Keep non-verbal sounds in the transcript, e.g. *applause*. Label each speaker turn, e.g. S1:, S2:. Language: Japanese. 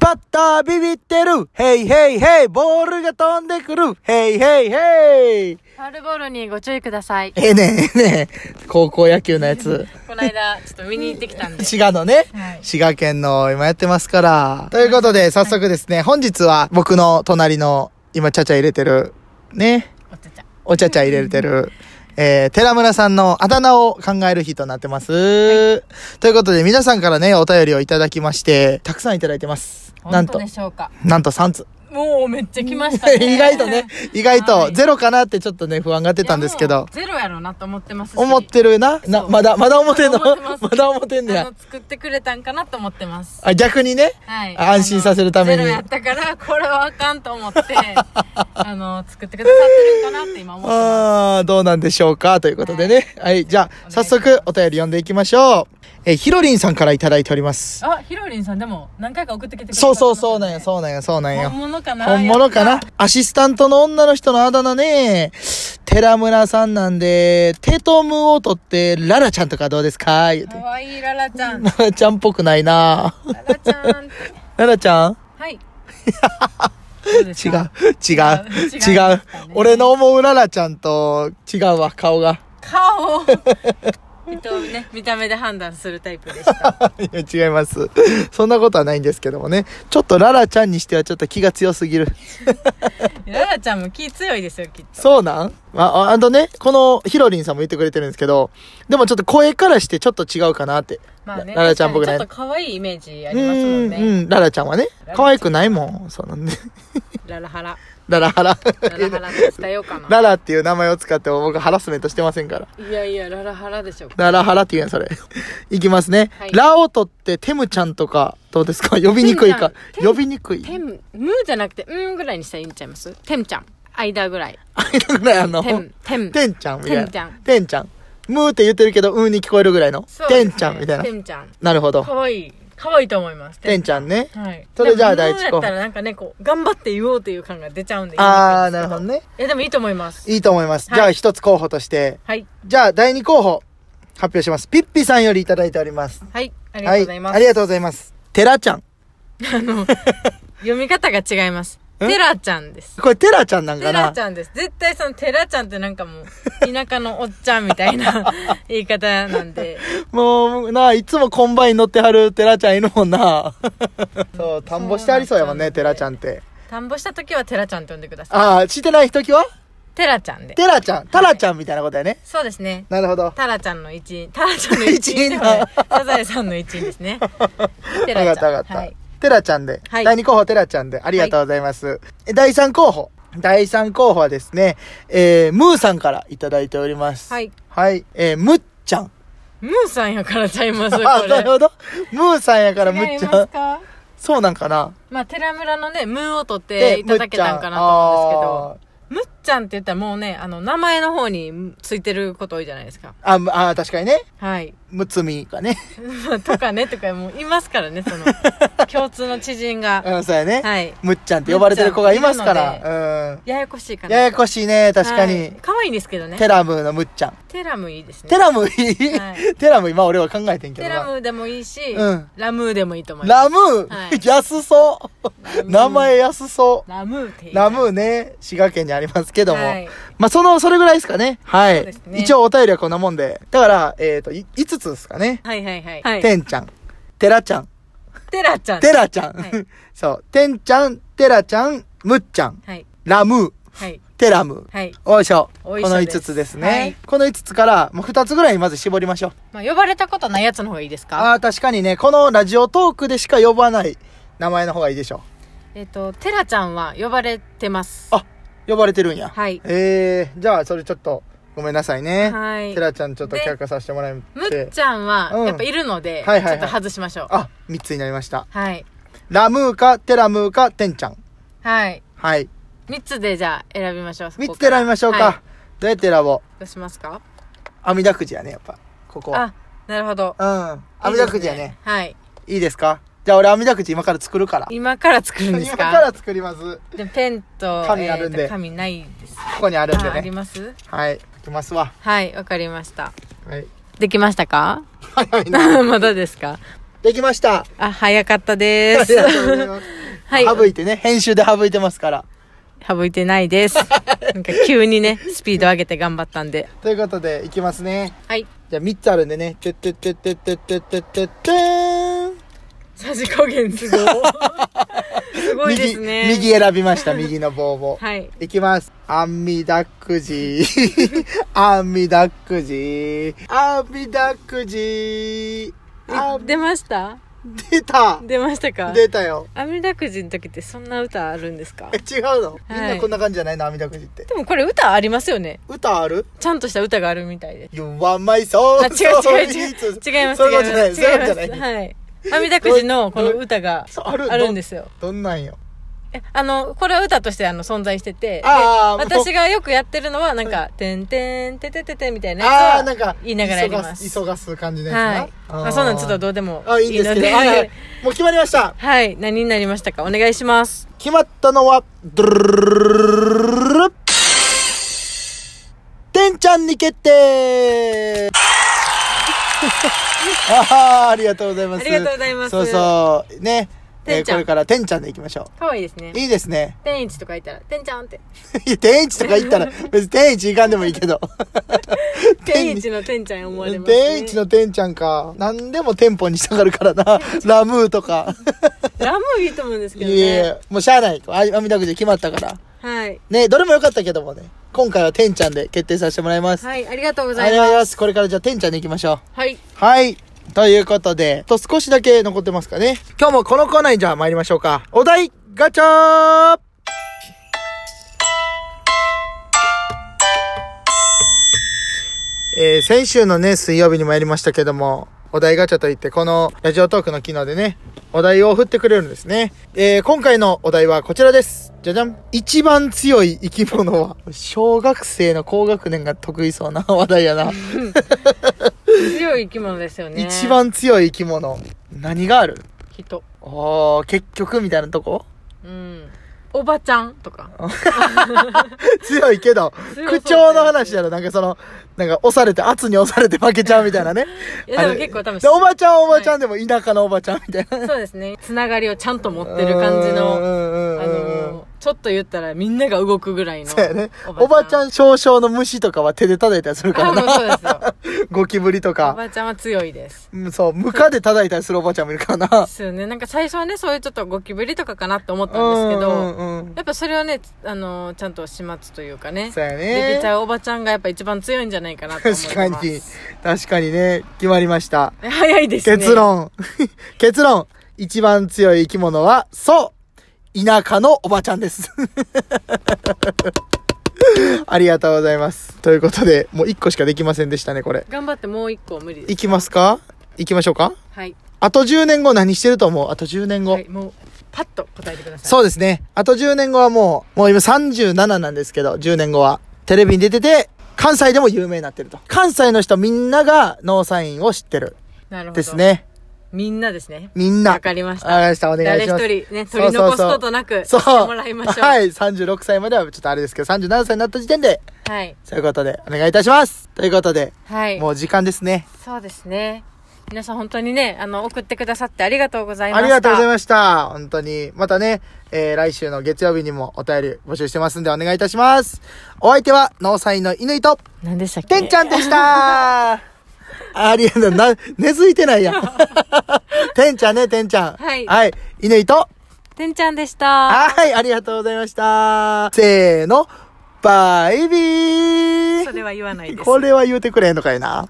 S1: バッタービビってるヘイヘイヘイボールが飛んでくるヘイヘイヘイ
S2: ファウルボールにご注意ください。
S1: ええねええねえ高校野球のやつ。
S2: この間、ちょっと見に行ってきたんで。
S1: 滋賀のね、
S2: はい
S1: 滋賀県の今やってますから。ということで、早速ですね、本日は僕の隣の、今、ちゃちゃ入れてる、ね、
S2: お茶ちゃん。
S1: おちゃちゃ入れてる、えー、寺村さんのあだ名を考える日となってます。ということで、皆さんからね、お便りをいただきまして、たくさんいただいてます。なん
S2: 本当
S1: と
S2: で、しょうか。
S1: なんと3つ。
S2: もうめっちゃ来ましたね。
S1: *laughs* 意外とね、意外
S2: は
S1: と、
S2: い
S1: ゼロかなってちょっとね、不安が出
S2: 出
S1: たんですけど、
S2: ゼロやろうなと思ってます。
S1: 思ってるなな、まだ、まだ思ってんの
S2: 思ってます
S1: まだ思ってん
S2: あ
S1: ねや
S2: の。作ってくれたんかなと思ってます。
S1: あ、逆にね、
S2: はい。
S1: 安心させるために
S2: あのゼロやったから、これはあかんと思って、 *laughs* あの、作ってくださってるんかなって今思ってま
S1: ああ、どうなんでしょうかということでね。はい、じゃあ、
S2: お願いし
S1: 早
S2: ます
S1: 速お便り読んでいきましょう。えー、ひろりんさんからいただいております。
S2: す。あ、ヒロリンさんでも何回か送ってきてくれた
S1: そうそうそうなん
S2: や
S1: よ、そうなんよ、そうなんよ
S2: 本。物かな
S1: 本物かなアシスタントの女の人のあだ名ね、寺村さんなんで、テトムを取って、ララちゃんとかどうですか言う
S2: か
S1: て。
S2: わいいララちゃん。ラ
S1: ララちゃんっぽくないな
S2: ラちゃんって。
S1: ララちゃん
S2: はい。どうで
S1: *laughs*
S2: す
S1: 違う
S2: か。
S1: 違
S2: 違う
S1: う。違
S2: 違
S1: う
S2: う。
S1: 俺の思うララちゃんと違うわ、顔が。
S2: 顔を *laughs* 人をね見た目で判断するタイプ
S1: *laughs*
S2: でした
S1: いや違います。そんなことはないんですけどもね。ちょっとララちゃんにしてはちょっと気が強すぎる。
S2: ララちゃんも気強いですよきっと
S1: そうなんああ、あとね、このヒロリンさんも言ってくれてるんですけど、でもちょっと声からしてちょっと違うかなって。
S2: まあね
S1: ララちゃんっぽくない
S2: ちょっと可愛いイメージあ
S1: う
S2: りますもん
S1: ん、
S2: ね
S1: うん、ララちゃんはね
S2: ララちゃ。ん
S1: 可愛くないもん。そうなんで。
S2: ララハラ
S1: *laughs* ララハラ。
S2: ララハラで伝えようかな
S1: ララっていう名前を使っても僕ハラスメントしてませんから。
S2: いやいやララハラでしょうか
S1: ララハラって言うやん、そ
S2: *laughs*
S1: れ。いきますね。
S2: はい
S1: ラを取ってテムちゃんとか、どうです
S2: *laughs*
S1: か呼びにくいか
S2: テ。ムちゃん
S1: 呼びにくい。
S2: テムムーじゃなくてうんぐらいにしたらいいんちゃいますテムちゃん間ぐらい
S1: *laughs* あいだぐらいあの、
S2: テムテム
S1: てんちゃんみたいな。
S2: てんちゃん
S1: てんちゃん。むーって言ってるけど、うーに聞こえるぐらいの。
S2: そうで
S1: て
S2: すね
S1: んちゃんみたいな
S2: テ。ムちゃん
S1: なるほど。
S2: 可愛い可愛いと思います
S1: てん
S2: ち
S1: ちゃんね。
S2: ゃんはい
S1: それじゃあ
S2: でも
S1: 第一
S2: ムーやったらなんかねこう頑張って言おうという感が出ちゃうんで
S1: あー、
S2: いいん
S1: なる
S2: ですけ
S1: ほどね。
S2: いやでもいいと思います
S1: いいと思います。
S2: はい
S1: じゃあ一つ候補として。
S2: はい
S1: じゃあ第二候補、発表します。ピッピさんよりいただいております。
S2: はいありがとうございます
S1: はありがとうございます。てらちゃん。
S2: 読み方が違います。
S1: ん
S2: テラちゃんです。
S1: これてらちゃんなんか
S2: テラ
S1: な
S2: ち。ゃんです。絶対そのテラちゃんってなんかもう、田舎のおっちゃんみた
S1: *laughs*
S2: いな言い方なんで。
S1: もう、なあ、いつもコンバイン乗ってはるてらちゃんいるもんな。 *laughs* そう、田んぼしてありそうやもんね、
S2: そ
S1: て
S2: う
S1: ら
S2: なんです
S1: ちゃんって。
S2: 田んぼした時はテラちゃんって呼んでください。
S1: ああ、してない時は
S2: テラちゃんで。
S1: てらちゃん。たらちゃんみたいなことやね。
S2: そうですね。
S1: なるほど。
S2: タラちゃんの一員。タラちゃんの一員ではない。サザエさんの一員で
S1: *laughs*
S2: すね。
S1: わかったわかっ
S2: テラちゃん。
S1: た。
S2: は
S1: はいい、。テラちゃんで。
S2: はい
S1: 第2候補テラちゃんで。ありがとうございます。え第3候補。第3候補はですね、えー、ムーさんからいただいております。
S2: はい。
S1: はい。えー、むっちゃん。
S2: ムーさんやからちゃいます、こ
S1: あ、なる
S2: れ。
S1: ほど。ムーさんやからむ
S2: 違
S1: っ
S2: い
S1: ち
S2: ま
S1: ゃ
S2: す
S1: ん。
S2: か
S1: そうなんかな。
S2: まあ、テラ村のね、ムーを取っていただけたんかなと思うんですけど。
S1: ですけど。
S2: むっちゃんって言ったらもうね、あの、名前の方についてること多いじゃないですか。
S1: あーあむあー、確かにね。
S2: はい。 *laughs*
S1: むつみかね。
S2: とかね、とかもういますからね、
S1: *laughs*
S2: その、共通の知人が。
S1: うん、そうやね。
S2: はい。
S1: むっちゃんって呼ばれてる子がいますから。
S2: ややこしいか
S1: うん。
S2: な。
S1: ややこしいね、確かに。
S2: はい可愛いんですけどね。
S1: テラムーのむっちゃん。
S2: テラムいいですね。
S1: テラムいい、
S2: はい
S1: テラム今俺は考えてんけど
S2: テ
S1: な。
S2: ラムでもいいし、
S1: うん
S2: ラムーでもいいと思います。
S1: ラムー、
S2: はい
S1: 安そう
S2: ムー
S1: 名前安そう
S2: ラムーって言います
S1: ラムーね、滋賀県にありますけども。
S2: はい
S1: まあ、その、それぐらいですかね。はい。
S2: そうですね
S1: 一応お便りはこんなもんで。だから、えっ、と、い5つですかね。
S2: はいはいはい。はい、
S1: てんちゃん、てらちゃん、
S2: テラちゃん。
S1: てらちゃん。
S2: はい
S1: *laughs* そう。てんちゃん、てらちゃん、むっちゃん、
S2: はい。
S1: ラムー、
S2: はい。
S1: テラムー。
S2: はい。
S1: おいしょ。
S2: おいし
S1: こ
S2: ょ
S1: の
S2: です
S1: 5つですね。
S2: はい
S1: この5つから、もう2つぐらいにまず絞りましょう。
S2: まあ、呼ばれたことないやつの方がいいですか
S1: ああー、確かにね、このラジオトークでしか呼ばない名前の方がいいでしょう。
S2: えっと、テラちゃんは呼ばれてます。
S1: あ、呼ばれてるんや。
S2: はい
S1: えー、じゃあそれちょっと、ごめんなさいね。
S2: はい
S1: テラちゃんちょっと却下させてもらって。
S2: むっちゃんは、
S1: うん
S2: やっぱいるので、
S1: はいはいはい
S2: ちょっと外しましょう。
S1: あ、3つになりました。
S2: はい。
S1: ラムーか、テラムーか、テンちゃん。
S2: はい。
S1: はい。
S2: 三つでじゃあ選びましょう。そ
S1: 3
S2: こ
S1: つ
S2: から
S1: 選びましょうか。
S2: はい
S1: どうやって選ぼ
S2: どうしますか
S1: う阿弥陀くじやね、やっぱ。ここは。
S2: あ、なるほど。
S1: うん。阿弥陀くじやね
S2: いいです。はい。
S1: いいですかじゃあ俺阿弥陀くじ今から作るから。
S2: 今から作るんです
S1: 今から
S2: か
S1: 作ります。
S2: でもペンと、
S1: 紙あるんで
S2: えーと紙ないです。
S1: ここにあるん
S2: あ、
S1: で
S2: あり
S1: ね。
S2: ます
S1: はい。開きますわ。
S2: はい、わかりました。
S1: はい。
S2: *laughs* できましたか
S1: 早いな。
S2: まだですか
S1: できました。
S2: あ、早かった
S1: あ
S2: で
S1: り
S2: す。
S1: がとうございます。
S2: *laughs* はい
S1: 省いてね、編集で省いてますから。
S2: 省いてないです。なんか急にね、スピード上げて頑張ったんで。
S1: ということで、いきますね。
S2: はい。
S1: じゃあ3つあるんでね。てってってってってってってってってーん。
S2: さじ加減すごい。すごいですね。
S1: 右、右選びました、右の棒を。
S2: はい。
S1: いきます。あみだくじ。あみだくじ。あみだくじ。あ
S2: え、出ました
S1: 出た
S2: 出ましたか
S1: 出たよ。
S2: あみだくじの時ってそんな歌あるんですか
S1: え違うのみんなこんな感じじゃないのあみだくじって。
S2: でもこれ歌ありますよね。
S1: 歌ある
S2: ちゃんとした歌があるみたいです。
S1: ?You want my soul!
S2: あ、違う違う違う。違います、
S1: そう
S2: 違います。
S1: そういうことじゃない。そういうことじゃ
S2: 違います
S1: ない。
S2: はい。あみだくじのこの歌が
S1: そう
S2: あ
S1: ある
S2: るんですよ。
S1: どんなんよ。
S2: えあの、これは歌としてあの存在してて、で
S1: あーもう
S2: 私がよくやってるのは、なんか、てんてんててててみたいな
S1: あ
S2: や
S1: ー、
S2: つ
S1: な
S2: は
S1: んか、
S2: 言いながらやります。
S1: 急がす急がす感じの
S2: は
S1: や
S2: い。
S1: つな。
S2: まあ、そんなんちょっとどうでも
S1: あ、いい
S2: い
S1: ん
S2: い
S1: で
S2: の
S1: すけ
S2: で。
S1: ど。はいはい。もう決まりました。
S2: はい。何になりましたかお願いします。
S1: 決まったのは、ドゥルルルルルてんちゃんに決定あーありがとうございます。
S2: ありがとうございます
S1: そうそう。ね。え
S2: て
S1: ー
S2: んちゃん
S1: これからてんちゃんでいきましょ
S2: かわいいですね
S1: う。。いいですね。
S2: 天一とか言ったら、てんちゃ
S1: *laughs*
S2: んって。
S1: いや、天一とか言
S2: *laughs*
S1: ったら、別に天一いかんでもいいけど。
S2: 天一のてんちゃんや思われます、ね。
S1: 天一の天ちゃんか。なんでも店舗にしたがるから
S2: *laughs*
S1: な。ラムーとか。
S2: ラムいいと思うんです
S1: い
S2: け
S1: や
S2: ど
S1: い
S2: ね。
S1: や、もうしゃあない。ああみだくじ決まったから。
S2: はい。
S1: ね、どれも良かったけどもね。今回は天ちゃんで決定させてもらいます。
S2: はい、ありがとうご
S1: あ
S2: ざ
S1: り
S2: い
S1: がとうござい
S2: ま
S1: ま
S2: す。
S1: す。これからじゃあ、てんちゃんに行きましょう。
S2: はい。
S1: はい。ということで、あと少しだけ残ってますかね。今日もこのコーナーにじゃあ参りましょうか。お題ガチャえー、先週のね、水曜日にもやりましたけども、お題ガチャといって、このラジオトークの機能でね、お題を振ってくれるんですね。えー、今回のお題はこちらです。じゃじゃん。一番強い生き物は、小学生の高学年が得意そうな話題やな。
S2: 強い生き物ですよね。
S1: 一。番強い生き物何がある
S2: 人。
S1: ああ結局みたいなとこ
S2: *laughs* うん。おばちゃんとか。
S1: 強いけど
S2: 強そう
S1: 口調の話だろなんかそのなんか押されて圧に押されて負けちゃうみたいなね
S2: いや、
S1: あ
S2: でも
S1: れ
S2: 結構多分
S1: で、おばちゃんはおばちゃんでも田舎のおばちゃんみたいな
S2: そうですね。つながりをちゃんと持ってる感じの、あ
S1: の
S2: の、ちょっと言ったらみんなが動くぐらいの。
S1: そうやねおばちゃん少々の虫とかは手で叩いたりするから
S2: あ、もう
S1: な
S2: そうですよ。
S1: ゴキブリと
S2: お
S1: か
S2: ばちゃんは強いです。
S1: うんそうムカで叩いたりするおばちゃんもいるからな
S2: ですよね。なんか最初はね、そういうちょっとゴキブリとかかなって思ったんですけ
S1: う
S2: ど、
S1: んうんうん
S2: やっぱそれをね、あの、ちゃんと始末というかね。
S1: そうやね
S2: できちゃうおばちゃんがやっぱ一番強いんじゃないかなと思います。
S1: 確かに確かにね決まりました
S2: 早いですね。
S1: 結。論。 *laughs* 結論。一番強い生き物は、そう田舎のおばちゃんです。 *laughs* ありがとうございます。ということで、もう一個しかできませんでしたね、これ。
S2: 頑張ってもう一個無理です。
S1: いきますかいきましょうか
S2: はい。
S1: あと10年後何してると思うあと10年後。
S2: はい、もう、パッと答えてください。
S1: そうですね。あと10年後はもう、もう今37なんですけど、10年後は。テレビに出てて、関西でも有名になってると。関西の人みんながノーサインを知ってる。
S2: なるほど。
S1: です。ね。
S2: みんなですね。
S1: みんな。
S2: わかりました
S1: わかりました。お願いします。
S2: 誰一人ね取り残すことなく
S1: そうそうそう
S2: してもらいましょう
S1: はい、36歳まではちょっとあれですけど、37歳になった時点で、
S2: はい。
S1: そういうことでお願いいたします。ということで、
S2: はい。
S1: もう時間ですね。
S2: そうですね。皆さん本当にね、あの、送ってくださってありがとうございま
S1: あ
S2: した。
S1: りがとうござい
S2: ま
S1: ました。本当に。またね、えー、来週の月曜日にもお便り募集してますんでお願いいたします。お相手は、ノーサインの犬と、
S2: す。何でしたっけ
S1: てんちゃんでした
S2: *laughs*
S1: ありがとう。な、根付いてないやん。てんちゃんね、てんちゃん。
S2: はい
S1: はい、犬と、
S2: てんちゃんでした。
S1: はい、ありがとうございました。せーの、バイビー
S2: それは言わないです。
S1: これは言うてくれへんのかいな。